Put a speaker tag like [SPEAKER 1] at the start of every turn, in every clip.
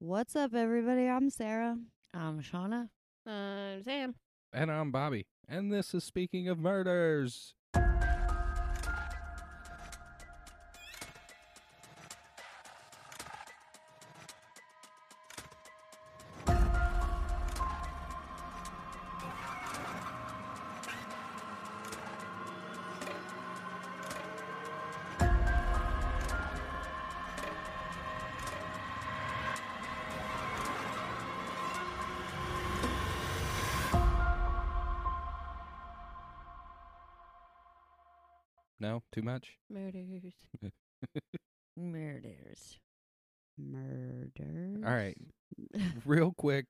[SPEAKER 1] What's up, everybody? I'm Sarah.
[SPEAKER 2] I'm Shauna.
[SPEAKER 3] Uh, Sam.
[SPEAKER 4] And I'm Bobby. And this is Speaking of Murders. No, too much?
[SPEAKER 3] Murders.
[SPEAKER 2] Murders.
[SPEAKER 1] Murder.
[SPEAKER 4] All right. Real quick.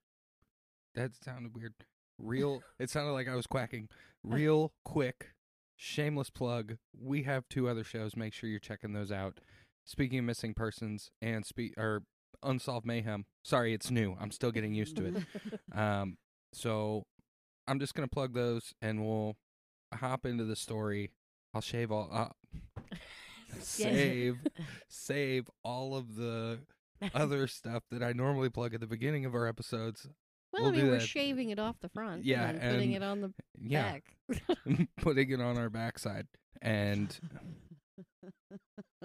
[SPEAKER 4] That sounded weird. Real, it sounded like I was quacking. Real quick, shameless plug. We have two other shows. Make sure you're checking those out. Speaking of missing persons and spe- or unsolved mayhem. Sorry, it's new. I'm still getting used to it. Um, so I'm just gonna plug those, and we'll hop into the story. I'll shave all uh, save save all of the other stuff that I normally plug at the beginning of our episodes.
[SPEAKER 3] Well, I
[SPEAKER 4] We'll
[SPEAKER 3] mean,
[SPEAKER 4] do
[SPEAKER 3] we're
[SPEAKER 4] that.
[SPEAKER 3] shaving it off the front.
[SPEAKER 4] Yeah,
[SPEAKER 3] And then putting
[SPEAKER 4] and-
[SPEAKER 3] it on the
[SPEAKER 4] Yeah,
[SPEAKER 3] back.
[SPEAKER 4] putting it on our backside, and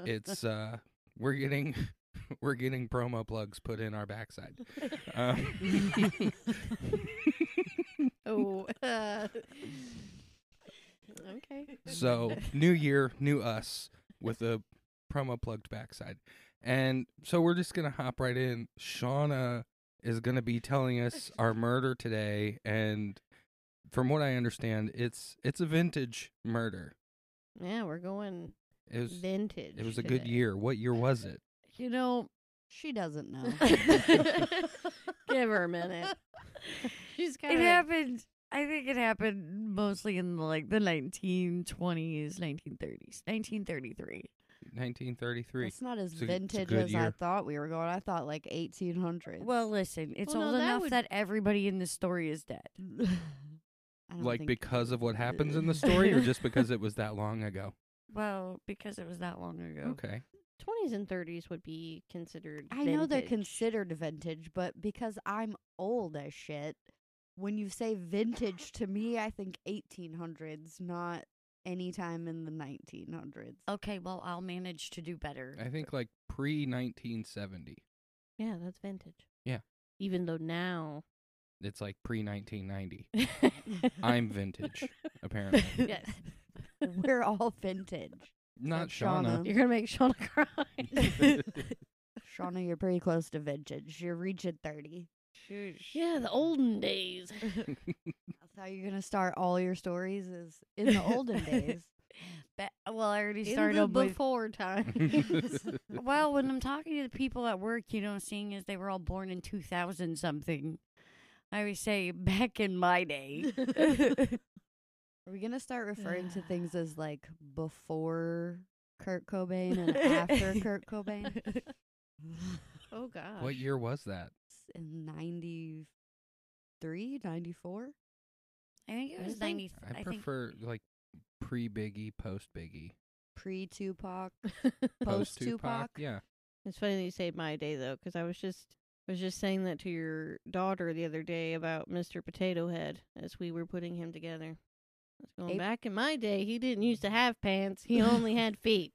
[SPEAKER 4] it's uh, we're getting we're getting promo plugs put in our backside. Um,
[SPEAKER 3] oh. Uh, okay.
[SPEAKER 4] So, new year, new us with a promo plugged backside. And so we're just going to hop right in. Shauna is going to be telling us our murder today and from what I understand, it's it's a vintage murder.
[SPEAKER 3] Yeah, we're going
[SPEAKER 4] It was
[SPEAKER 3] vintage.
[SPEAKER 4] it was a good
[SPEAKER 3] today.
[SPEAKER 4] year. What year was it?
[SPEAKER 2] You know,
[SPEAKER 1] She doesn't know.
[SPEAKER 3] Give her a minute. She's kind
[SPEAKER 2] it
[SPEAKER 3] of.
[SPEAKER 2] happened. I think it happened mostly in like the 1920s, 1930s, 1933.
[SPEAKER 4] 1933.
[SPEAKER 1] It's not as
[SPEAKER 4] It's a- it's a
[SPEAKER 1] vintage
[SPEAKER 4] good
[SPEAKER 1] as I
[SPEAKER 4] year.
[SPEAKER 1] thought we were going. I thought like 1800s.
[SPEAKER 2] Well, listen, it's
[SPEAKER 3] Well, no,
[SPEAKER 2] old
[SPEAKER 3] that
[SPEAKER 2] enough
[SPEAKER 3] would-
[SPEAKER 2] that everybody in the story is dead.
[SPEAKER 1] I don't
[SPEAKER 4] Like
[SPEAKER 1] think-
[SPEAKER 4] because of what happens in the story or just because it was that long ago?
[SPEAKER 2] Well, because it was that long ago.
[SPEAKER 4] Okay.
[SPEAKER 3] 20s and 30s would be considered.
[SPEAKER 1] I know they're
[SPEAKER 3] vintage.
[SPEAKER 1] considered vintage, but because I'm old as shit, when you say vintage to me, I think 1800s, not anytime in the 1900s.
[SPEAKER 2] Okay, well, I'll manage to do better.
[SPEAKER 4] I think like pre 1970.
[SPEAKER 3] Yeah, that's vintage.
[SPEAKER 4] Yeah.
[SPEAKER 3] Even though now.
[SPEAKER 4] It's like pre 1990. I'm vintage, apparently.
[SPEAKER 3] Yes.
[SPEAKER 1] We're all vintage.
[SPEAKER 4] Not
[SPEAKER 1] Shauna.
[SPEAKER 4] Shauna.
[SPEAKER 3] You're going to make Shauna cry.
[SPEAKER 1] Shauna, you're pretty close to vintage. You're reaching 30.
[SPEAKER 3] yeah, the olden days.
[SPEAKER 1] That's how you're going to start all your stories is in the olden days.
[SPEAKER 2] Ba- well, I already
[SPEAKER 3] In
[SPEAKER 2] started
[SPEAKER 3] the
[SPEAKER 2] on my-
[SPEAKER 3] before times.
[SPEAKER 4] That's
[SPEAKER 2] Well, when I'm talking to the people at work, you know, seeing as they were all born in 2000 something, I always say back in my day.
[SPEAKER 1] Are we going to start referring to things as like before Kurt Cobain and after Kurt Cobain?
[SPEAKER 3] oh gosh.
[SPEAKER 4] what year was that?
[SPEAKER 1] In 93, 94?
[SPEAKER 2] I think it
[SPEAKER 3] I
[SPEAKER 2] was
[SPEAKER 3] think-
[SPEAKER 2] 90.
[SPEAKER 4] I,
[SPEAKER 2] I, think
[SPEAKER 4] prefer like pre Biggie, post Biggie,
[SPEAKER 1] Pre Tupac,
[SPEAKER 4] post
[SPEAKER 1] post
[SPEAKER 4] Tupac.
[SPEAKER 1] Tupac.
[SPEAKER 4] Yeah,
[SPEAKER 3] It's funny that you say my day though, 'cause I was just I was just saying that to your daughter the other day about Mr. Potato Head as we were putting him together. I was going
[SPEAKER 1] Ape-
[SPEAKER 3] back in my day, he didn't used to
[SPEAKER 1] Mm-hmm.
[SPEAKER 3] have pants; he only had feet.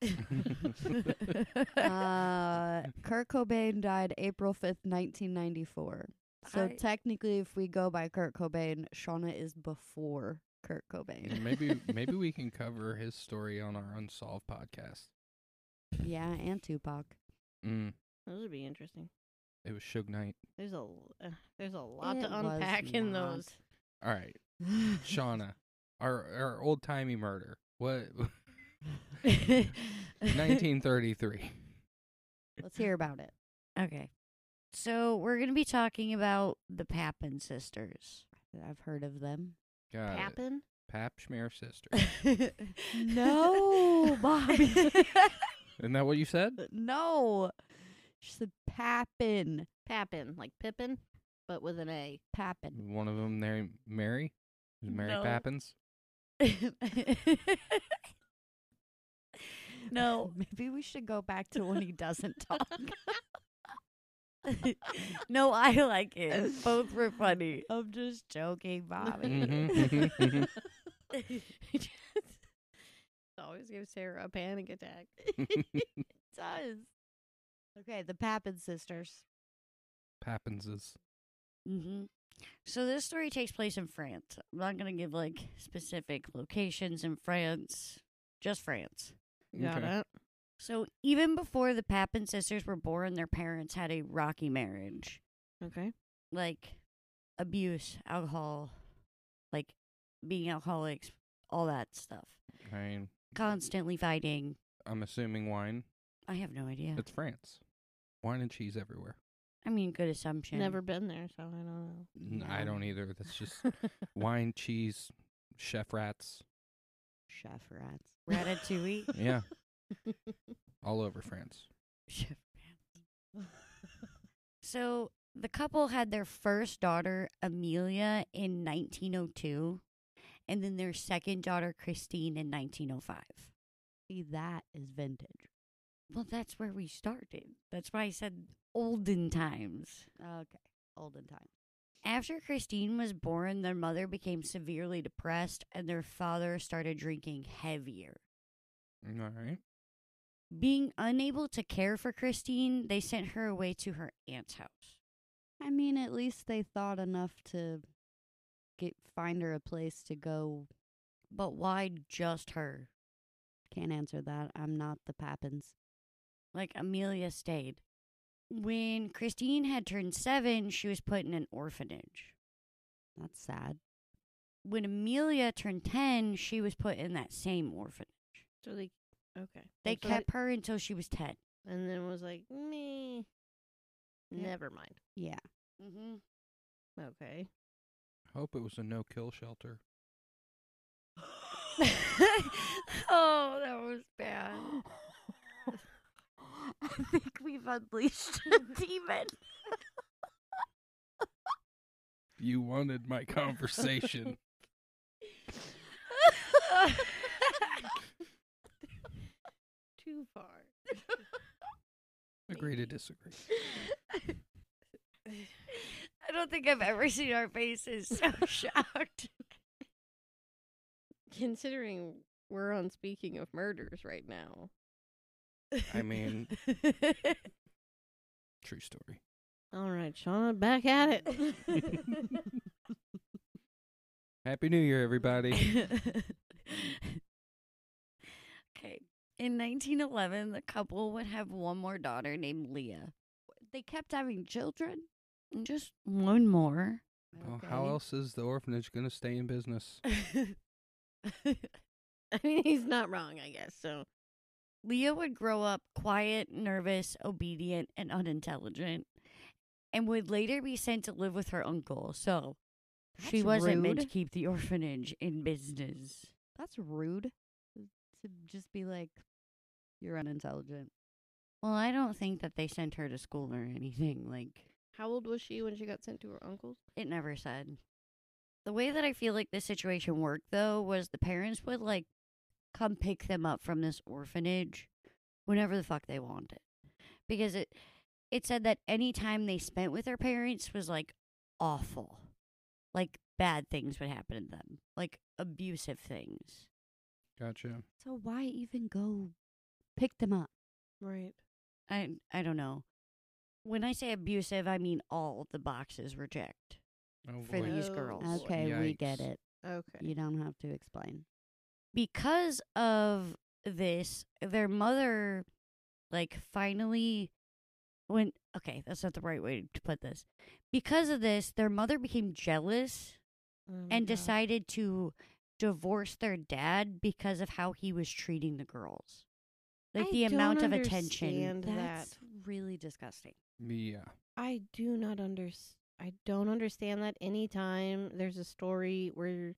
[SPEAKER 1] uh, Kurt Cobain died April 5th, 1994. So
[SPEAKER 2] I-
[SPEAKER 1] technically, if we go by Kurt Cobain, Shauna is before Kurt Cobain.
[SPEAKER 4] And maybe maybe we can cover his story on our Unsolved podcast.
[SPEAKER 1] yeah, and Tupac.
[SPEAKER 4] Mm,
[SPEAKER 3] Those would be interesting.
[SPEAKER 4] it was Suge Knight.
[SPEAKER 3] There's a l- uh, there's a lot
[SPEAKER 1] It
[SPEAKER 3] to
[SPEAKER 1] was
[SPEAKER 3] unpack in
[SPEAKER 1] not.
[SPEAKER 3] those.
[SPEAKER 4] All right, Shauna, our our old timey murder. What? 1933.
[SPEAKER 1] Let's hear about it.
[SPEAKER 2] Okay. So we're going to be talking about the Papin sisters.
[SPEAKER 1] I've heard of them.
[SPEAKER 4] Got it.
[SPEAKER 3] Happen?
[SPEAKER 4] Pap Schmear sister.
[SPEAKER 1] No, Bobby.
[SPEAKER 4] Isn't that what you said?
[SPEAKER 1] no. She said Pappin.
[SPEAKER 3] Pappin, like Pippin, but with an A.
[SPEAKER 1] Pappin.
[SPEAKER 4] One of them there, Mary. Is Mary
[SPEAKER 2] No.
[SPEAKER 4] Pappins.
[SPEAKER 2] no.
[SPEAKER 1] Maybe we should go back to when he doesn't talk.
[SPEAKER 2] no, I like it. Both were funny. I'm just joking,
[SPEAKER 4] Mhm,
[SPEAKER 2] Bobby.
[SPEAKER 4] mhm, mhm.
[SPEAKER 3] it always gives Sarah a panic attack.
[SPEAKER 1] does. Okay, the Papin sisters.
[SPEAKER 4] Pappenses.
[SPEAKER 2] hmm So this story takes place in France. I'm not gonna give like specific locations in France, just France.
[SPEAKER 3] Got
[SPEAKER 4] Okay.
[SPEAKER 3] it.
[SPEAKER 2] So even before the Papin sisters were born, their parents had a rocky marriage,
[SPEAKER 3] Okay.
[SPEAKER 2] like abuse, alcohol, like being alcoholics, all that stuff.
[SPEAKER 4] I mean,
[SPEAKER 2] Constantly fighting.
[SPEAKER 4] I'm assuming wine.
[SPEAKER 2] I have no idea.
[SPEAKER 4] It's France. Wine and cheese everywhere.
[SPEAKER 2] I mean, good assumption.
[SPEAKER 3] Never been there, so I don't
[SPEAKER 4] N- I don't either. That's just
[SPEAKER 3] know.
[SPEAKER 4] wine, cheese, chef rats.
[SPEAKER 1] Chef rats.
[SPEAKER 2] Ratatouille.
[SPEAKER 4] Yeah. All over France.
[SPEAKER 2] Chef Ramsay. so the couple had their first daughter, Amelia, in 1902, and then their second daughter, Christine, in 1905.
[SPEAKER 1] See, that is vintage.
[SPEAKER 2] Well, that's where we started. That's why I said olden times.
[SPEAKER 1] Okay, olden time.
[SPEAKER 2] After Christine was born, their mother became severely depressed and their father started drinking heavier.
[SPEAKER 4] All right.
[SPEAKER 2] Being unable to care for Christine, they sent her away to her aunt's house.
[SPEAKER 1] I mean, at least they thought enough to get find her a place to go.
[SPEAKER 2] But why just her?
[SPEAKER 1] Can't answer that. I'm not the Pappins.
[SPEAKER 2] Like Amelia stayed. When Christine had turned seven, she was put in an orphanage.
[SPEAKER 1] That's sad.
[SPEAKER 2] When Amelia turned 10, she was put in that same orphanage.
[SPEAKER 3] so they okay.
[SPEAKER 2] They
[SPEAKER 3] So
[SPEAKER 2] kept her until she was 10.
[SPEAKER 3] and then was like, me.
[SPEAKER 1] Yeah.
[SPEAKER 3] Never mind.
[SPEAKER 1] Yeah.
[SPEAKER 2] Mm-hmm.
[SPEAKER 3] Okay.
[SPEAKER 4] Hope it was a no kill shelter.
[SPEAKER 2] oh, that was bad.
[SPEAKER 1] I think we've unleashed a demon.
[SPEAKER 4] You wanted my conversation.
[SPEAKER 3] Too far.
[SPEAKER 4] Agree to disagree.
[SPEAKER 2] I don't think I've ever seen our faces so shocked.
[SPEAKER 3] Considering we're on speaking of murders right now.
[SPEAKER 4] I mean, true story.
[SPEAKER 3] All right, Shauna, back at it.
[SPEAKER 4] Happy New Year, everybody.
[SPEAKER 2] okay. In 1911, the couple would have one more daughter named Leah.
[SPEAKER 1] They kept having children.
[SPEAKER 2] And Just one more.
[SPEAKER 4] Well, how
[SPEAKER 1] Okay.
[SPEAKER 4] else is the orphanage going to stay in business?
[SPEAKER 3] I mean, he's not wrong, I guess. So
[SPEAKER 2] Leah would grow up quiet, nervous, obedient, and unintelligent, and would later be sent to live with her uncle. So she
[SPEAKER 1] That's
[SPEAKER 2] wasn't meant to
[SPEAKER 1] rude.
[SPEAKER 2] keep the orphanage in business.
[SPEAKER 1] That's rude. uh, To just be like, you're unintelligent.
[SPEAKER 2] Well, I don't think that they sent her to school or anything. Like,
[SPEAKER 3] how old was she when she got sent to her uncle's?
[SPEAKER 2] It never said. The way that I feel like this situation worked, though, was the parents would like come pick them up from this orphanage whenever the fuck they wanted, because it it said that any time they spent with their parents was like awful, like bad things would happen to them, like abusive things.
[SPEAKER 4] Gotcha.
[SPEAKER 1] So why even go pick them up?
[SPEAKER 3] Right.
[SPEAKER 2] I I don't know. When I say abusive, I mean all of the boxes were checked.
[SPEAKER 4] Oh,
[SPEAKER 2] For
[SPEAKER 4] boy.
[SPEAKER 2] these
[SPEAKER 3] Oh,
[SPEAKER 2] girls.
[SPEAKER 3] boy.
[SPEAKER 1] Okay, we get
[SPEAKER 4] Yikes.
[SPEAKER 1] it.
[SPEAKER 3] Okay.
[SPEAKER 1] You don't have to explain.
[SPEAKER 2] because of this, their mother, like, finally went. Okay, that's not the right way to put this. Because of this, their mother became jealous
[SPEAKER 3] Oh my
[SPEAKER 2] and
[SPEAKER 3] God.
[SPEAKER 2] decided to divorce their dad because of how he was treating the girls. Like
[SPEAKER 3] I
[SPEAKER 2] the
[SPEAKER 3] don't
[SPEAKER 2] amount of attention.
[SPEAKER 3] understand that.
[SPEAKER 1] That's really disgusting.
[SPEAKER 4] Yeah.
[SPEAKER 3] I do not under. I don't understand that anytime there's a story where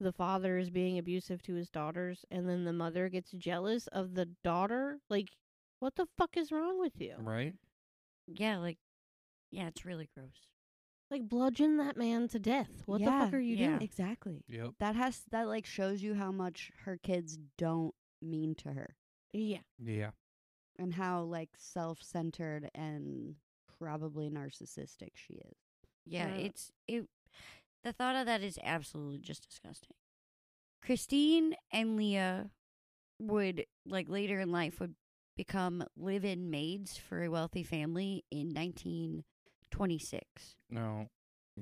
[SPEAKER 3] the father is being abusive to his daughters and then the mother gets jealous of the daughter, like what the fuck is wrong with you?
[SPEAKER 4] Right?
[SPEAKER 2] Yeah, like, yeah, it's really gross.
[SPEAKER 3] Like bludgeon that man to death. What the fuck
[SPEAKER 1] Yeah,
[SPEAKER 3] are you
[SPEAKER 2] yeah.
[SPEAKER 3] doing?
[SPEAKER 1] Exactly.
[SPEAKER 4] Yep.
[SPEAKER 1] That has that like shows you how much her kids don't mean to her
[SPEAKER 3] Yeah.
[SPEAKER 4] Yeah.
[SPEAKER 1] and how like self-centered and probably narcissistic she is.
[SPEAKER 2] Yeah,
[SPEAKER 3] Uh,
[SPEAKER 2] it's it. The thought of that is absolutely just disgusting. Christine and Leah would like later in life would become live-in maids for a wealthy family in 1926,
[SPEAKER 4] No,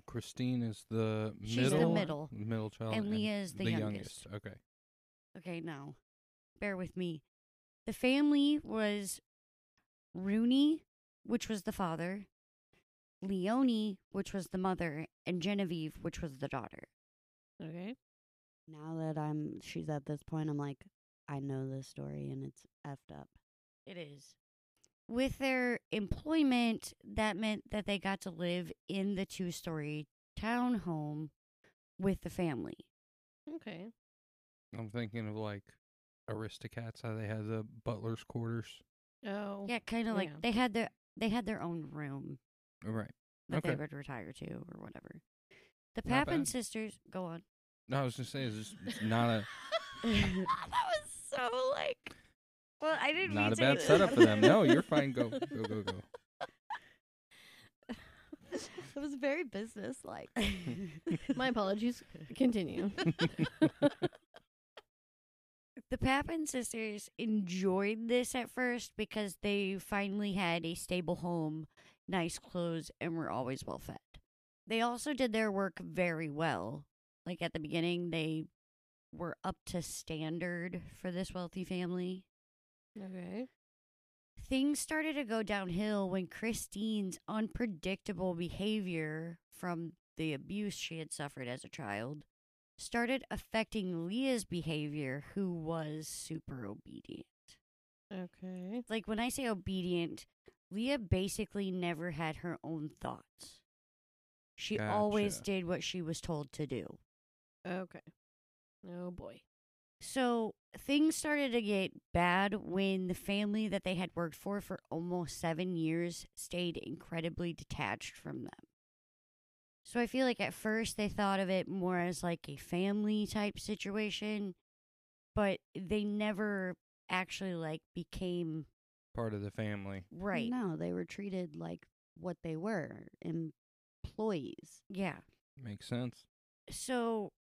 [SPEAKER 4] Christine is the
[SPEAKER 2] She's
[SPEAKER 1] the
[SPEAKER 4] middle,
[SPEAKER 2] middle.
[SPEAKER 4] middle child,
[SPEAKER 2] and Leah is the, youngest.
[SPEAKER 4] Okay,
[SPEAKER 2] Okay, now bear with me. The family was Rooney, which was the father, Leonie, which was the mother, and Genevieve, which was the daughter.
[SPEAKER 3] Okay.
[SPEAKER 1] Now that I'm she's at this point, I'm like, I know this story and it's effed up.
[SPEAKER 2] It is. With their employment, that meant that they got to live in the two story townhome with the family.
[SPEAKER 3] Okay.
[SPEAKER 4] I'm thinking of like Aristocats, how they had the butler's quarters.
[SPEAKER 3] Oh.
[SPEAKER 2] Yeah, kind of
[SPEAKER 3] Yeah.
[SPEAKER 2] like they had their they had their own room
[SPEAKER 4] Right.
[SPEAKER 2] that
[SPEAKER 4] Okay.
[SPEAKER 2] they would retire to or whatever. The
[SPEAKER 4] Not
[SPEAKER 2] Papin
[SPEAKER 4] bad.
[SPEAKER 2] sisters go on.
[SPEAKER 4] No, I was just saying, it's, it's not a
[SPEAKER 2] that was so like. Well, I didn't.
[SPEAKER 4] not
[SPEAKER 2] mean
[SPEAKER 4] a
[SPEAKER 2] to
[SPEAKER 4] bad
[SPEAKER 2] do
[SPEAKER 4] setup
[SPEAKER 2] that.
[SPEAKER 4] for them. No, you're fine. Go go go go.
[SPEAKER 1] It was very business like.
[SPEAKER 3] My apologies. Continue.
[SPEAKER 2] The Papin sisters enjoyed this at first because they finally had a stable home, nice clothes, and were always well fed. They also did their work very well. Like at the beginning, they were up to standard for this wealthy family.
[SPEAKER 3] okay.
[SPEAKER 2] Things started to go downhill when Christine's unpredictable behavior from the abuse she had suffered as a child started affecting Leah's behavior, who was super obedient
[SPEAKER 3] Okay.
[SPEAKER 2] like when I say obedient, Leah basically never had her own thoughts. She always
[SPEAKER 4] Gotcha.
[SPEAKER 2] did what she was told to do.
[SPEAKER 3] Okay. Oh boy.
[SPEAKER 2] So things started to get bad when the family that they had worked for for almost seven years stayed incredibly detached from them. So I feel like at first they thought of it more as like a family type situation, but they never actually like became
[SPEAKER 4] Part of the family.
[SPEAKER 2] right.
[SPEAKER 1] No, they were treated like what they were employees.
[SPEAKER 2] Yeah.
[SPEAKER 4] Makes sense.
[SPEAKER 2] so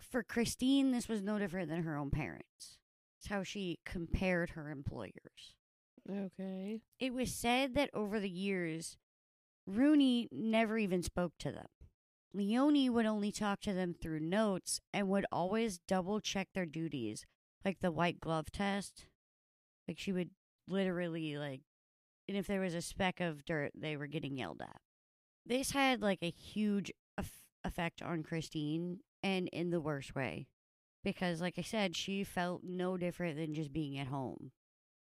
[SPEAKER 2] for Christine, this was no different than her own parents. It's how she compared her employers.
[SPEAKER 3] Okay.
[SPEAKER 2] It was said that over the years, Rooney never even spoke to them. Leone would only talk to them through notes and would always double check their duties, like the white glove test. Like she would literally like and if there was a speck of dirt, they were getting yelled at. This had like a huge eff- effect on Christine and in the worst way because like I said, she felt no different than just being at home.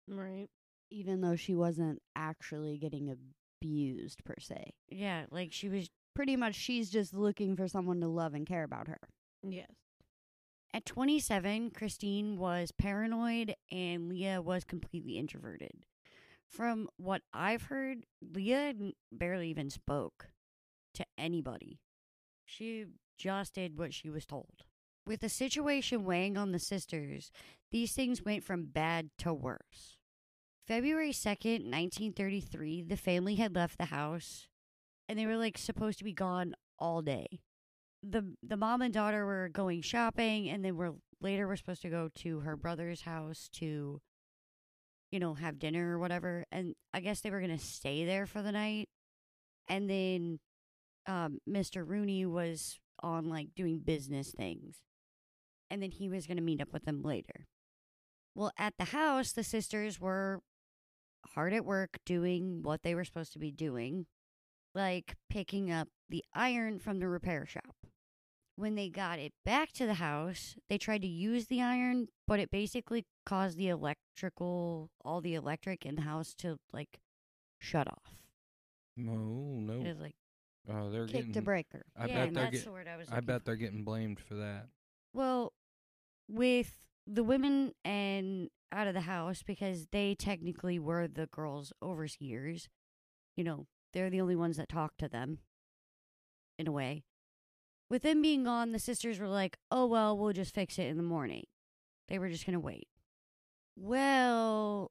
[SPEAKER 3] Right.
[SPEAKER 1] Even though she wasn't actually getting abused per se.
[SPEAKER 2] Yeah, like she was
[SPEAKER 1] Pretty much she's just looking for someone to love and care about her.
[SPEAKER 3] Yes.
[SPEAKER 2] At 27, Christine was paranoid and Leah was completely introverted. From what I've heard, Leah n- barely even spoke to anybody. She just did what she was told. With the situation weighing on the sisters, these things went from bad to worse. February 2nd, 1933, the family had left the house and they were like supposed to be gone all day the the mom and daughter were going shopping and then we're later we're supposed to go to her brother's house to you know have dinner or whatever and i guess they were going to stay there for the night and then um mr rooney was on like doing business things and then he was going to meet up with them later well at the house the sisters were hard at work doing what they were supposed to be doing like picking up the iron from the repair shop. When they got it back to the house, they tried to use the iron, but it basically caused the electrical, all the electric in the house to like shut off.
[SPEAKER 4] No,
[SPEAKER 2] It
[SPEAKER 4] no.
[SPEAKER 2] was like,
[SPEAKER 4] Oh, they're
[SPEAKER 1] Kick to
[SPEAKER 4] getting. uh,
[SPEAKER 1] breaker.
[SPEAKER 4] I
[SPEAKER 2] yeah,
[SPEAKER 4] bet
[SPEAKER 2] and
[SPEAKER 4] they're
[SPEAKER 2] that's
[SPEAKER 4] get,
[SPEAKER 2] the word I was.
[SPEAKER 4] I
[SPEAKER 2] looking
[SPEAKER 4] bet
[SPEAKER 2] for.
[SPEAKER 4] they're getting blamed for that.
[SPEAKER 2] Well, with the women and out of the house because they technically were the girls' overseers. You know, they're the only ones that talk to them in a way. With them being gone, the sisters were like, oh, well, we'll just fix it in the morning. They were just going to wait. Well,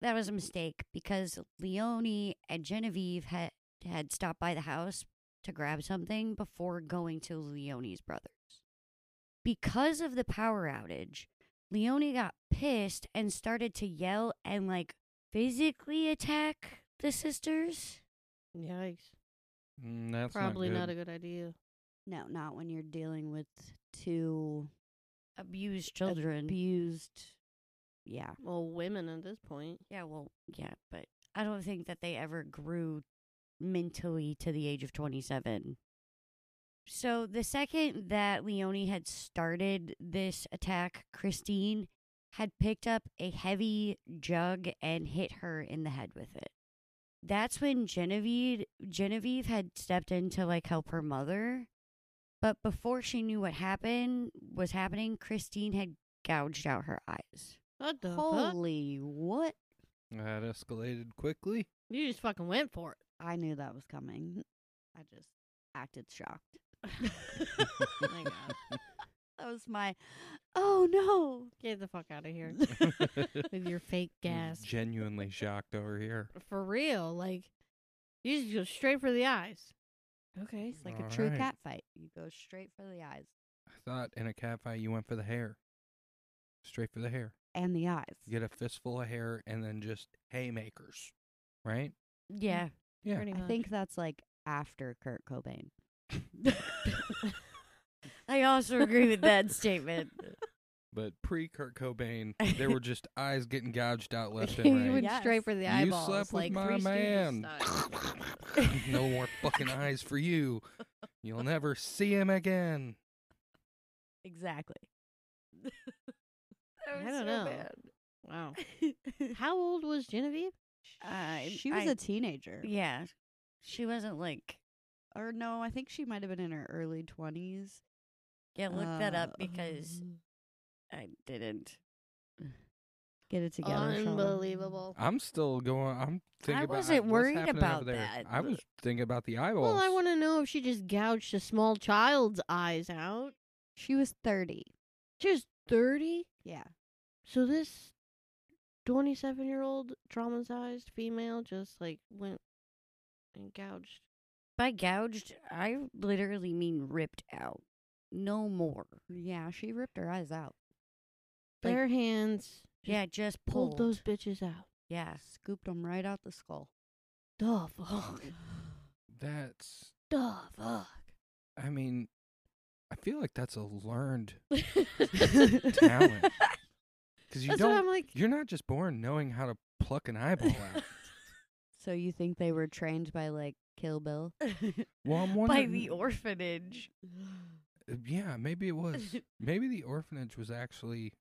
[SPEAKER 2] that was a mistake because Leone and Genevieve had had stopped by the house to grab something before going to Leone's brothers. Because of the power outage, Leone got pissed and started to yell and like physically attack the sisters.
[SPEAKER 3] Yikes.
[SPEAKER 4] Mm, that's
[SPEAKER 3] Probably
[SPEAKER 4] not,
[SPEAKER 3] not
[SPEAKER 4] good.
[SPEAKER 3] a good idea.
[SPEAKER 1] No, not when you're dealing with two
[SPEAKER 2] Abused children.
[SPEAKER 1] abused. Yeah.
[SPEAKER 3] Well, women at this point.
[SPEAKER 2] yeah, well, yeah, but I don't think that they ever grew mentally to the age of 27. So the second that Leone had started this attack, Christine had picked up a heavy jug and hit her in the head with it. That's when Genevieve Genevieve had stepped in to like help her mother. But before she knew what happened was happening, Christine had gouged out her eyes.
[SPEAKER 3] What the fuck?
[SPEAKER 1] Holy what?
[SPEAKER 4] That escalated quickly.
[SPEAKER 3] You just fucking went for it.
[SPEAKER 1] I knew that was coming. I just acted shocked.
[SPEAKER 3] My God.
[SPEAKER 1] That was my oh no.
[SPEAKER 3] Get the fuck out of here with your fake gas.
[SPEAKER 4] Genuinely shocked over here.
[SPEAKER 3] For real, like you just go straight for the eyes. Okay.
[SPEAKER 1] It's like
[SPEAKER 4] All
[SPEAKER 1] a true
[SPEAKER 4] right.
[SPEAKER 1] cat fight. You go straight for the eyes
[SPEAKER 4] I thought in a cat fight you went for the hair. Straight for the hair.
[SPEAKER 1] and the eyes.
[SPEAKER 4] You get a fistful of hair and then just haymakers. Right?
[SPEAKER 2] Yeah.
[SPEAKER 4] Yeah.
[SPEAKER 3] Pretty
[SPEAKER 1] I
[SPEAKER 3] much.
[SPEAKER 1] think that's like after Kurt Cobain.
[SPEAKER 2] I also agree with that statement.
[SPEAKER 4] But pre Kurt Cobain, there were just eyes getting gouged out left
[SPEAKER 3] you
[SPEAKER 4] and right.
[SPEAKER 3] went
[SPEAKER 1] Yes.
[SPEAKER 3] straight for the
[SPEAKER 4] You
[SPEAKER 3] eyeballs.
[SPEAKER 4] slept with
[SPEAKER 3] like
[SPEAKER 4] my
[SPEAKER 3] Three Stooges
[SPEAKER 4] man.
[SPEAKER 3] style.
[SPEAKER 4] no more fucking eyes for you. You'll never see him again.
[SPEAKER 1] Exactly.
[SPEAKER 3] I don't know. Wow. How old was Genevieve?
[SPEAKER 2] I-
[SPEAKER 1] she was
[SPEAKER 2] I-
[SPEAKER 1] a teenager.
[SPEAKER 2] Yeah. She wasn't like,
[SPEAKER 1] Or no, I think she might have been in her early 20s.
[SPEAKER 2] yeah, look that up because
[SPEAKER 1] Um,
[SPEAKER 2] I didn't.
[SPEAKER 1] get it together. Shauna.
[SPEAKER 3] Unbelievable.
[SPEAKER 4] I'm still going. I'm thinking
[SPEAKER 2] I
[SPEAKER 4] about
[SPEAKER 2] wasn't
[SPEAKER 4] what's
[SPEAKER 2] worried
[SPEAKER 4] happening over
[SPEAKER 2] about
[SPEAKER 4] there.
[SPEAKER 2] that,
[SPEAKER 4] I
[SPEAKER 2] but-
[SPEAKER 4] was thinking about the eyeballs.
[SPEAKER 3] Well, I want to know if she just gouged a small child's eyes out.
[SPEAKER 1] She was 30.
[SPEAKER 3] She was 30?
[SPEAKER 1] Yeah.
[SPEAKER 3] So this 27 year old traumatized female just like went and gouged.
[SPEAKER 2] By gouged, I literally mean ripped out. No more.
[SPEAKER 1] Yeah, she ripped her eyes out.
[SPEAKER 2] Like-
[SPEAKER 3] Bare hands
[SPEAKER 2] yeah, just
[SPEAKER 3] pulled
[SPEAKER 2] pulled.
[SPEAKER 3] those bitches out.
[SPEAKER 2] yeah.
[SPEAKER 1] Scooped them right out the skull.
[SPEAKER 3] The fuck.
[SPEAKER 4] That's.
[SPEAKER 3] The fuck.
[SPEAKER 4] I mean, I feel like that's a learned
[SPEAKER 3] Talent.
[SPEAKER 4] talent because you
[SPEAKER 3] That's what I'm
[SPEAKER 4] don't.
[SPEAKER 3] like.
[SPEAKER 4] You're not just born knowing how to pluck an eyeball out.
[SPEAKER 1] So you think they were trained by like Kill Bill?
[SPEAKER 4] Well, I'm
[SPEAKER 2] By
[SPEAKER 4] wondering.
[SPEAKER 2] the orphanage.
[SPEAKER 4] uh, Yeah, maybe it was. Maybe the orphanage was actually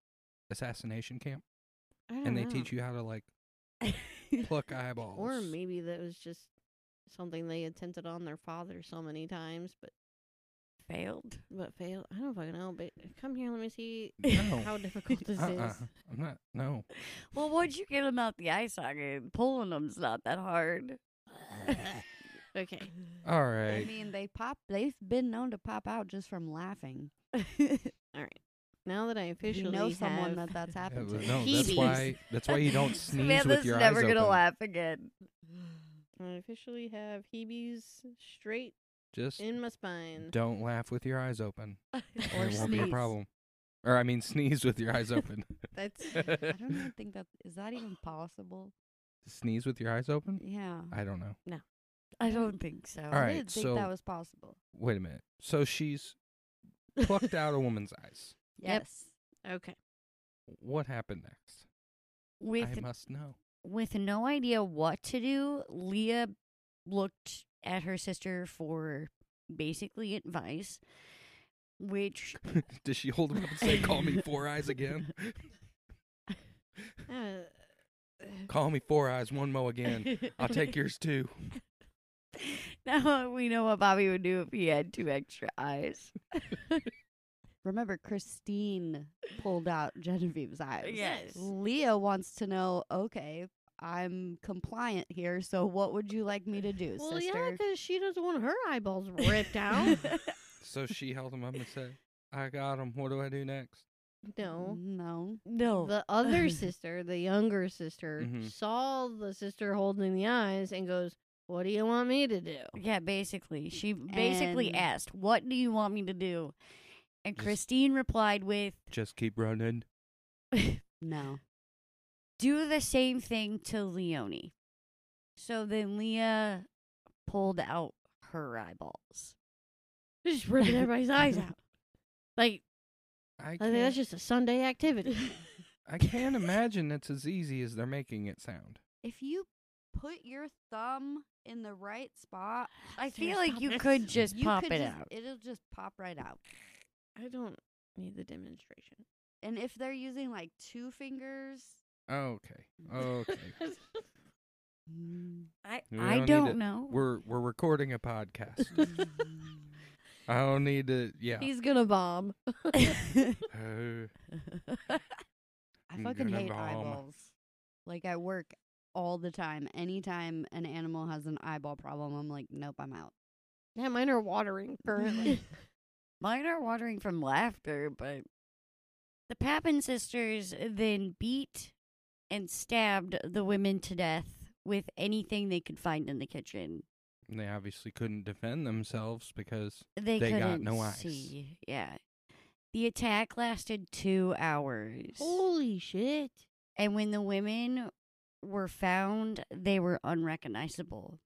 [SPEAKER 4] assassination camp,
[SPEAKER 3] I don't
[SPEAKER 4] and they
[SPEAKER 3] know.
[SPEAKER 4] teach you how to like pluck eyeballs.
[SPEAKER 3] Mm-hmm. Or maybe that was just something they attempted on their father so many times, but
[SPEAKER 2] Failed.
[SPEAKER 3] but failed. I don't fucking know. But come here, let me see
[SPEAKER 4] No.
[SPEAKER 3] how difficult this
[SPEAKER 4] Uh-uh.
[SPEAKER 3] is.
[SPEAKER 4] I'm not. No.
[SPEAKER 2] Well, once you get them out the eye socket, pulling them's not that hard.
[SPEAKER 3] Okay.
[SPEAKER 4] All right.
[SPEAKER 1] I mean, they pop. They've been known to pop out just from laughing.
[SPEAKER 4] Uh-uh.
[SPEAKER 3] All right. Now that I officially
[SPEAKER 1] You know someone
[SPEAKER 3] have-
[SPEAKER 1] that that's
[SPEAKER 4] Yeah,
[SPEAKER 1] happened
[SPEAKER 4] well,
[SPEAKER 1] to.
[SPEAKER 4] no, that's
[SPEAKER 3] Heebies.
[SPEAKER 4] why. That's why you don't sneeze with
[SPEAKER 2] Samantha's
[SPEAKER 4] your
[SPEAKER 2] never
[SPEAKER 4] eyes
[SPEAKER 2] gonna
[SPEAKER 4] open.
[SPEAKER 2] laugh again.
[SPEAKER 3] I officially have Hebe's straight
[SPEAKER 4] Just
[SPEAKER 3] in my spine.
[SPEAKER 4] don't laugh with your eyes open. and
[SPEAKER 1] Or
[SPEAKER 4] it won't be a
[SPEAKER 1] sneeze.
[SPEAKER 4] problem. Or I mean, sneeze with your eyes open.
[SPEAKER 1] That's. I don't even think that is that even possible.
[SPEAKER 4] sneeze with your eyes open.
[SPEAKER 1] Yeah.
[SPEAKER 4] I don't know.
[SPEAKER 2] I don't think so.
[SPEAKER 4] All
[SPEAKER 1] I
[SPEAKER 4] right,
[SPEAKER 1] didn't think
[SPEAKER 4] so-
[SPEAKER 1] that was possible.
[SPEAKER 4] Wait a minute. So she's plucked out a woman's eyes.
[SPEAKER 3] Yep.
[SPEAKER 1] Yes.
[SPEAKER 3] Okay.
[SPEAKER 4] What happened next?
[SPEAKER 2] With
[SPEAKER 4] I must know.
[SPEAKER 2] with no idea what to do, Leah looked at her sister for basically advice, which
[SPEAKER 4] Does she hold him up and say, "Call me four eyes again.
[SPEAKER 3] Uh,
[SPEAKER 4] Call me four eyes, one mo again. I'll take yours too."
[SPEAKER 2] now we know what Bobby would do if he had two extra eyes.
[SPEAKER 1] Remember, Christine pulled out Genevieve's eyes.
[SPEAKER 2] Yes.
[SPEAKER 1] Leah wants to know. Okay, I'm compliant here. So what would you like me to do,
[SPEAKER 3] well, yeah, 'cause
[SPEAKER 1] sister?
[SPEAKER 3] she doesn't want her eyeballs ripped out.
[SPEAKER 4] So she held him up and said, "I got him. What do I do next?"
[SPEAKER 3] No.
[SPEAKER 1] No.
[SPEAKER 2] No.
[SPEAKER 3] The other sister, the younger sister,
[SPEAKER 4] Mhm.
[SPEAKER 3] saw the sister holding the eyes and goes, What do you want me to do?
[SPEAKER 2] yeah, basically. She basically
[SPEAKER 1] And-
[SPEAKER 2] asked, What do you want me to do? And
[SPEAKER 4] Just-
[SPEAKER 2] Christine replied with,
[SPEAKER 4] Just keep running.
[SPEAKER 1] No.
[SPEAKER 2] Do the same thing to Leonie. So then Leah pulled out her eyeballs.
[SPEAKER 3] Just ripping everybody's eyes out.
[SPEAKER 2] Like,
[SPEAKER 4] I
[SPEAKER 1] Oh,
[SPEAKER 3] I think that's
[SPEAKER 4] can't,
[SPEAKER 3] just a Sunday activity.
[SPEAKER 4] I can't imagine it's as easy as they're making it sound.
[SPEAKER 1] If you put your thumb in the right spot,
[SPEAKER 2] I
[SPEAKER 3] Sarah,
[SPEAKER 2] feel like
[SPEAKER 3] stop
[SPEAKER 2] you
[SPEAKER 3] this.
[SPEAKER 2] could just
[SPEAKER 1] you
[SPEAKER 2] pop
[SPEAKER 1] could
[SPEAKER 2] it
[SPEAKER 1] just-
[SPEAKER 2] out.
[SPEAKER 1] It'll just pop right out.
[SPEAKER 3] I don't need the demonstration.
[SPEAKER 1] And if they're using like two fingers,
[SPEAKER 4] Okay. Okay.
[SPEAKER 1] mm,
[SPEAKER 2] I,
[SPEAKER 4] We
[SPEAKER 2] I
[SPEAKER 4] don't need
[SPEAKER 2] don't
[SPEAKER 4] to-
[SPEAKER 2] know.
[SPEAKER 4] we're we're recording a podcast. I don't need to yeah.
[SPEAKER 3] He's gonna bomb.
[SPEAKER 4] Uh,
[SPEAKER 1] I
[SPEAKER 4] I'm
[SPEAKER 1] fucking
[SPEAKER 4] gonna
[SPEAKER 1] hate
[SPEAKER 4] bomb.
[SPEAKER 1] eyeballs. Like I work all the time. Anytime an animal has an eyeball problem, I'm like, nope, I'm out.
[SPEAKER 3] Yeah, mine are watering currently.
[SPEAKER 2] Mine are watering from laughter, but the Papin sisters then beat and stabbed the women to death with anything they could find in the kitchen.
[SPEAKER 4] and they obviously couldn't defend themselves because
[SPEAKER 2] They,
[SPEAKER 4] They
[SPEAKER 2] couldn't
[SPEAKER 4] got no eyes.
[SPEAKER 2] see. Yeah. The attack lasted two hours.
[SPEAKER 3] Holy shit.
[SPEAKER 2] And when the women were found, they were unrecognizable.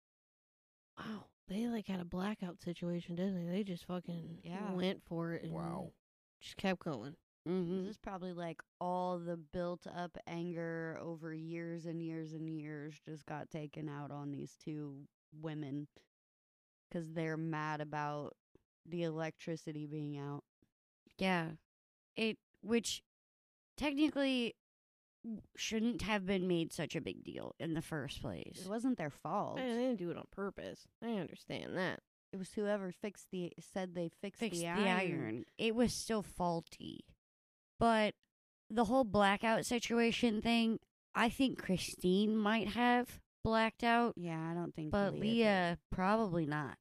[SPEAKER 3] Wow. They like had a blackout situation, didn't they? They just fucking
[SPEAKER 1] Yeah.
[SPEAKER 3] went for it and just kept going.
[SPEAKER 2] hmm
[SPEAKER 1] This is probably like all the built up anger over years and years and years just got taken out on these two women because they're mad about the electricity being out.
[SPEAKER 2] Yeah. It which technically w- shouldn't have been made such a big deal in the first place.
[SPEAKER 1] It wasn't their fault.
[SPEAKER 3] I didn't do it on purpose. I understand that.
[SPEAKER 1] It was whoever fixed the said they fixed,
[SPEAKER 2] Fix
[SPEAKER 1] the,
[SPEAKER 2] the
[SPEAKER 1] iron.
[SPEAKER 2] iron. It was still faulty. But the whole blackout situation thing, I think Christine might have blacked out,
[SPEAKER 1] Yeah, I don't think.
[SPEAKER 2] but
[SPEAKER 1] Leah, did.
[SPEAKER 2] Leah probably not.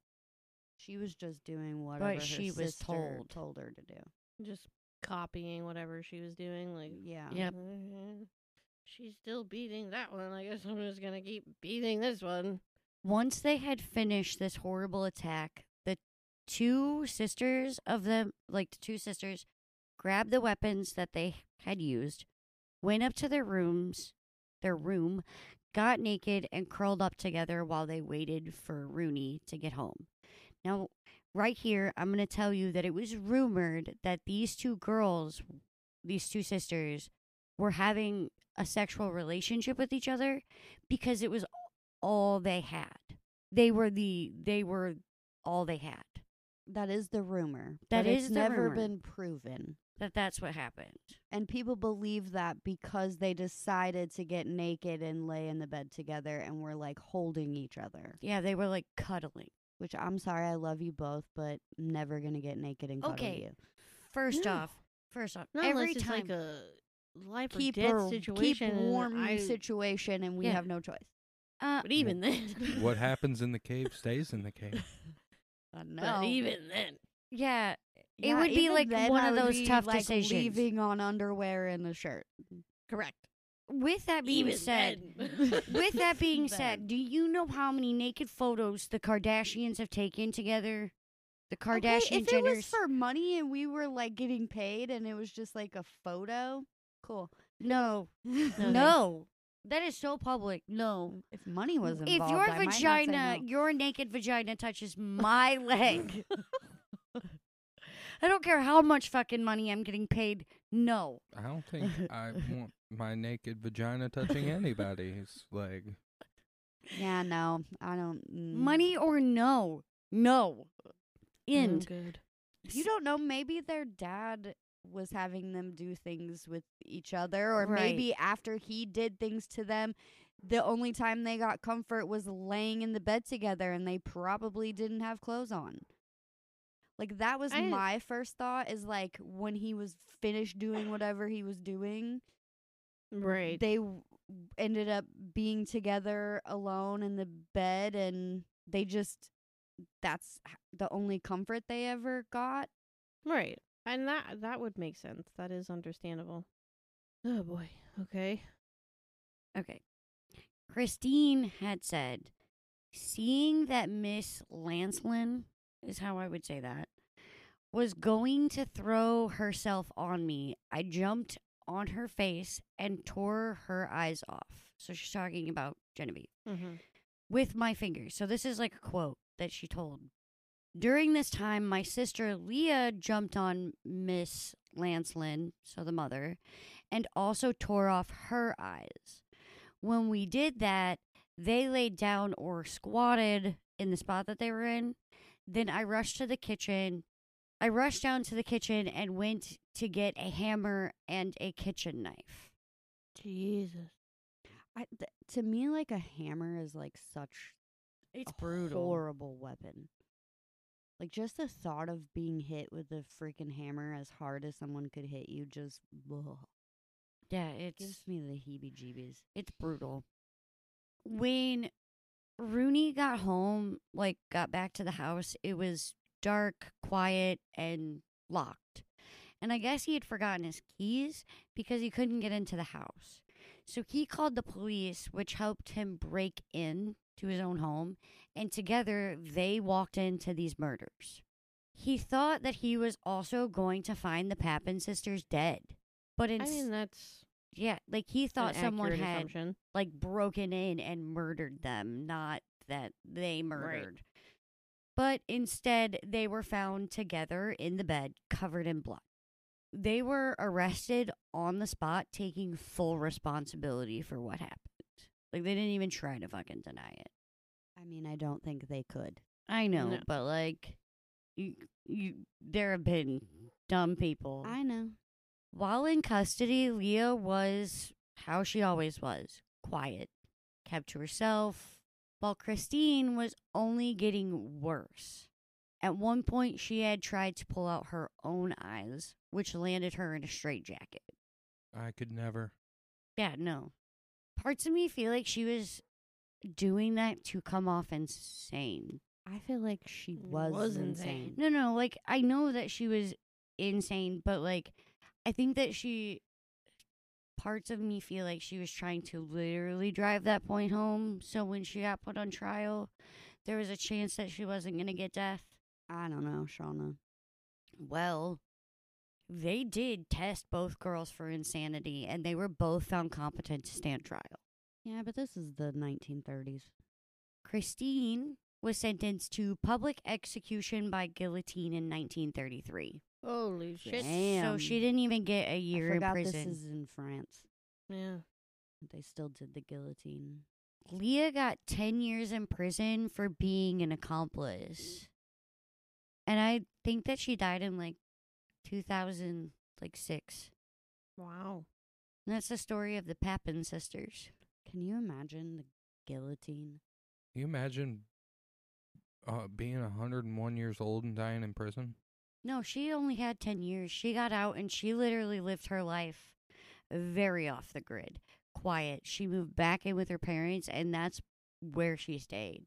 [SPEAKER 1] she was just doing whatever her
[SPEAKER 2] she was
[SPEAKER 1] sister
[SPEAKER 2] told.
[SPEAKER 1] told her to do.
[SPEAKER 3] Just copying whatever she was doing, like
[SPEAKER 1] Yeah,
[SPEAKER 2] Yep.
[SPEAKER 3] "Uh, She's still beating that one. I guess I'm just gonna keep beating this one.
[SPEAKER 2] Once they had finished this horrible attack, the two sisters of them, like the two sisters, grabbed the weapons that they had used, went up to their rooms, their room, got naked, and curled up together while they waited for Rooney to get home. Now, right here, I'm going to tell you that it was rumored that these two girls, these two sisters, were having a sexual relationship with each other because it was all they had. They were the they were all they had.
[SPEAKER 1] that is the rumor.
[SPEAKER 2] That
[SPEAKER 1] but it's
[SPEAKER 2] is the
[SPEAKER 1] never
[SPEAKER 2] rumor.
[SPEAKER 1] been proven.
[SPEAKER 2] That that's what happened.
[SPEAKER 1] And people believe that because they decided to get naked and lay in the bed together and were like holding each other.
[SPEAKER 2] Yeah, they were like cuddling.
[SPEAKER 1] Which I'm sorry, I love you both, but never gonna get naked and cuddle
[SPEAKER 2] Okay,
[SPEAKER 1] you.
[SPEAKER 2] First
[SPEAKER 3] No.
[SPEAKER 2] off, first off,
[SPEAKER 3] Not
[SPEAKER 2] every
[SPEAKER 3] unless it's
[SPEAKER 2] time
[SPEAKER 3] like a life
[SPEAKER 1] Keep
[SPEAKER 3] or death
[SPEAKER 1] her
[SPEAKER 3] situation.
[SPEAKER 1] keep
[SPEAKER 3] and
[SPEAKER 1] warm
[SPEAKER 3] I-
[SPEAKER 1] situation, and we
[SPEAKER 2] Yeah.
[SPEAKER 1] have no choice.
[SPEAKER 2] uh,
[SPEAKER 1] e
[SPEAKER 3] But even then,
[SPEAKER 4] what happens in the cave stays in the cave.
[SPEAKER 1] Uh,
[SPEAKER 3] But even then,
[SPEAKER 2] yeah, it
[SPEAKER 1] Yeah,
[SPEAKER 2] would be
[SPEAKER 1] even
[SPEAKER 2] like
[SPEAKER 1] then,
[SPEAKER 2] one
[SPEAKER 1] I
[SPEAKER 2] of
[SPEAKER 1] would
[SPEAKER 2] those
[SPEAKER 1] be,
[SPEAKER 2] tough
[SPEAKER 1] like,
[SPEAKER 2] decisions.
[SPEAKER 1] Leaving on underwear and a shirt.
[SPEAKER 3] correct.
[SPEAKER 2] With that being
[SPEAKER 3] Even
[SPEAKER 2] said,
[SPEAKER 3] then.
[SPEAKER 2] with that being
[SPEAKER 1] Then.
[SPEAKER 2] said, do you know how many naked photos the Kardashians have taken together? The Kardashian
[SPEAKER 1] okay, if it
[SPEAKER 2] Jenners.
[SPEAKER 1] was for money and we were like getting paid and it was just like a photo, cool.
[SPEAKER 2] no,
[SPEAKER 1] No,
[SPEAKER 3] thanks.
[SPEAKER 2] no, that is so public. No.
[SPEAKER 1] If money was involved,
[SPEAKER 2] If your
[SPEAKER 1] I might not say
[SPEAKER 2] vagina,
[SPEAKER 1] no.
[SPEAKER 2] your naked vagina touches my leg, I don't care how much fucking money I'm getting paid. No.
[SPEAKER 4] I don't think I want my naked vagina touching anybody's leg.
[SPEAKER 1] yeah, no, I don't. mm.
[SPEAKER 2] Money or no. No. End.
[SPEAKER 3] good.
[SPEAKER 1] You don't know. Maybe their dad was having them do things with each other, or
[SPEAKER 2] Right.
[SPEAKER 1] maybe after he did things to them, the only time they got comfort was laying in the bed together, and they probably didn't have clothes on. Like that was
[SPEAKER 3] I-
[SPEAKER 1] my first thought. Is like when he was finished doing whatever he was doing,
[SPEAKER 3] Right.
[SPEAKER 1] they w- ended up being together alone in the bed, and they just that's h- the only comfort they ever got.
[SPEAKER 3] Right. And that that would make sense. That is understandable. Oh boy. Okay.
[SPEAKER 1] Mm.
[SPEAKER 2] Okay. Christine had said, seeing that Miss Lancelin is how I would say that, was going to throw herself on me, I jumped on her face and tore her eyes off. So she's talking about Genevieve
[SPEAKER 3] Mm-hmm.
[SPEAKER 2] with my fingers. So this is like a quote that she told. During this time, my sister Leah jumped on Miss Lancelin, so the mother, and also tore off her eyes. When we did that, they laid down or squatted in the spot that they were in. Then I rushed to the kitchen. I rushed down to the kitchen and went to get a hammer and a kitchen knife.
[SPEAKER 3] Jesus.
[SPEAKER 1] I, th- to me, like a hammer is like such
[SPEAKER 2] It's
[SPEAKER 1] a horrible weapon. Like just the thought of being hit with a freaking hammer as hard as someone could hit you just ugh,
[SPEAKER 2] Yeah, it's
[SPEAKER 1] gives me the heebie-jeebies.
[SPEAKER 2] It's brutal. When Rooney got home, like got back to the house, it was dark, quiet, and locked. And I guess he had forgotten his keys because he couldn't get into the house. So he called the police, which helped him break in to his own home, and together they walked into these murders. He thought that he was also going to find the Papin sisters dead. But in
[SPEAKER 3] I mean that's
[SPEAKER 2] yeah, like he thought
[SPEAKER 3] an
[SPEAKER 2] someone
[SPEAKER 3] accurate
[SPEAKER 2] had
[SPEAKER 3] assumption.
[SPEAKER 2] like broken in and murdered them, not that they murdered. But instead, they were found together in the bed, covered in blood. They were arrested on the spot, taking full responsibility for what happened. Like, they didn't even try to fucking deny it.
[SPEAKER 1] I mean, I don't think they could.
[SPEAKER 2] I know,
[SPEAKER 3] No.
[SPEAKER 2] but like, you, you, there have been dumb people.
[SPEAKER 1] I know.
[SPEAKER 2] While in custody, Leah was how she always was quiet, kept to herself, while Christine was only getting worse. At one point, she had tried to pull out her own eyes, which landed her in a straitjacket.
[SPEAKER 4] I could never.
[SPEAKER 2] Yeah, no. Parts of me feel like she was doing that to come off insane.
[SPEAKER 1] I feel like she was,
[SPEAKER 3] Was
[SPEAKER 1] insane.
[SPEAKER 3] insane.
[SPEAKER 2] No, no, like I know that she was insane, but like I think that she parts of me feel like she was trying to literally drive that point home. So when she got put on trial, there was a chance that she wasn't going to get death.
[SPEAKER 1] I don't know, Shauna.
[SPEAKER 2] Well, they did test both girls for insanity and they were both found competent to stand trial.
[SPEAKER 1] Yeah, but this is the 1930s.
[SPEAKER 2] Christine was sentenced to public execution by guillotine in 1933.
[SPEAKER 3] Holy shit.
[SPEAKER 2] So
[SPEAKER 1] Damn.
[SPEAKER 2] she didn't even get a year in
[SPEAKER 1] I forgot
[SPEAKER 2] prison.
[SPEAKER 1] this is in France.
[SPEAKER 3] Yeah.
[SPEAKER 1] They still did the guillotine.
[SPEAKER 2] Leah got 10 years in prison for being an accomplice. And I think that she died in like 2000, like six.
[SPEAKER 3] Wow.
[SPEAKER 2] And that's the story of the Papin sisters.
[SPEAKER 1] Can you imagine the guillotine?
[SPEAKER 4] Can you imagine uh, being 101 years old and dying in prison?
[SPEAKER 2] No, she only had 10 years. She got out and she literally lived her life very off the grid, quiet. She moved back in with her parents, and that's where she stayed.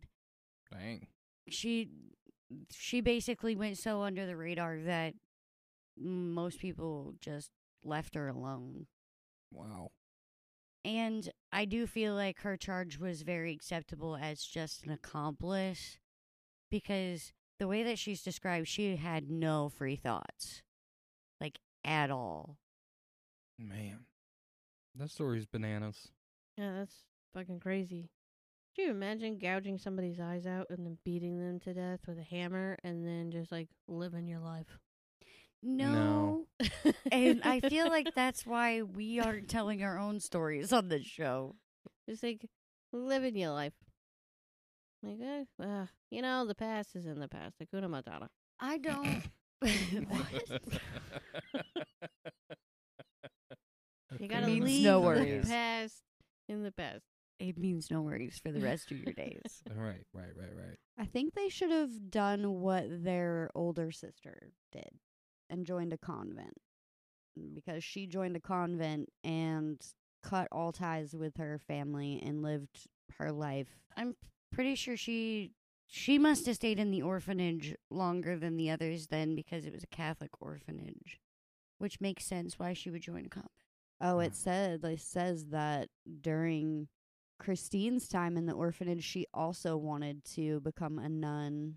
[SPEAKER 4] Dang.
[SPEAKER 2] she she basically went so under the radar that most people just left her alone
[SPEAKER 4] Wow.
[SPEAKER 2] and i do feel like her charge was very acceptable as just an accomplice because the way that she's described she had no free thoughts like at all
[SPEAKER 4] Man. That story's bananas.
[SPEAKER 3] Yeah, that's fucking crazy. Could you imagine gouging somebody's eyes out and then beating them to death with a hammer and then just like living your life?
[SPEAKER 2] no,
[SPEAKER 4] No.
[SPEAKER 2] and i feel like that's why we aren't telling our own stories on this show
[SPEAKER 3] just like living your life. Like, eh, ah, you know, the past is in the past. Hakuna Matata.
[SPEAKER 2] i don't
[SPEAKER 3] You gotta
[SPEAKER 2] means
[SPEAKER 3] leave
[SPEAKER 2] no
[SPEAKER 3] the
[SPEAKER 2] worries.
[SPEAKER 3] past in the past.
[SPEAKER 2] it means no worries for the rest of your days
[SPEAKER 4] Right, right, right, right.
[SPEAKER 1] I think they should have done what their older sister did and joined a convent because she joined a convent and cut all ties with her family and lived her life.
[SPEAKER 2] I'm pretty sure she she must have stayed in the orphanage longer than the others then because it was a Catholic orphanage, which makes sense why she would join a convent.
[SPEAKER 1] Oh,
[SPEAKER 4] Yeah.
[SPEAKER 1] it said like says that during Christine's time in the orphanage, she also wanted to become a nun,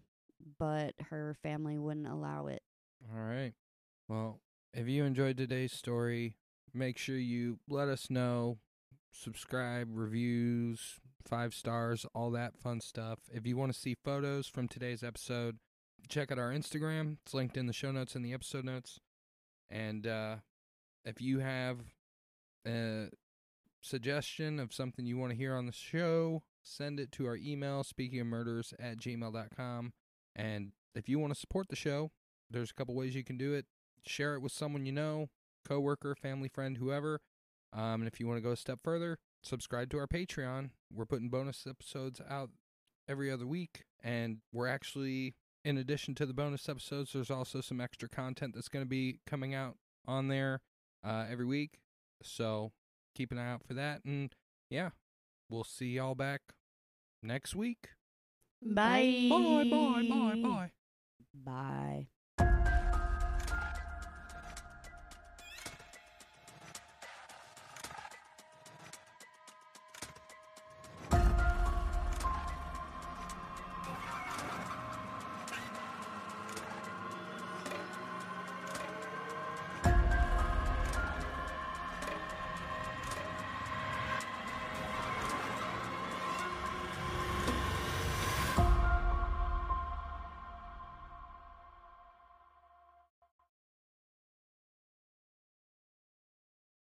[SPEAKER 1] but her family wouldn't allow it.
[SPEAKER 4] All right. Well, if you enjoyed today's story, make sure you let us know. Subscribe, reviews, five stars, all that fun stuff. If you want to see photos from today's episode, check out our Instagram. It's linked in the show notes and the episode notes. And uh, if you have a suggestion of something you want to hear on the show, send it to our email, speakingofmurders at gmail.com. And if you want to support the show, there's a couple ways you can do it. Share it with someone you know, coworker, family friend, whoever. Um, and if you want to go a step further, subscribe to our Patreon. We're putting bonus episodes out every other week, and we're actually, in addition to the bonus episodes, there's also some extra content that's going to be coming out on there uh, every week. So keep an eye out for that, and yeah, we'll see y'all back next week.
[SPEAKER 1] Bye.
[SPEAKER 4] Bye, bye, bye,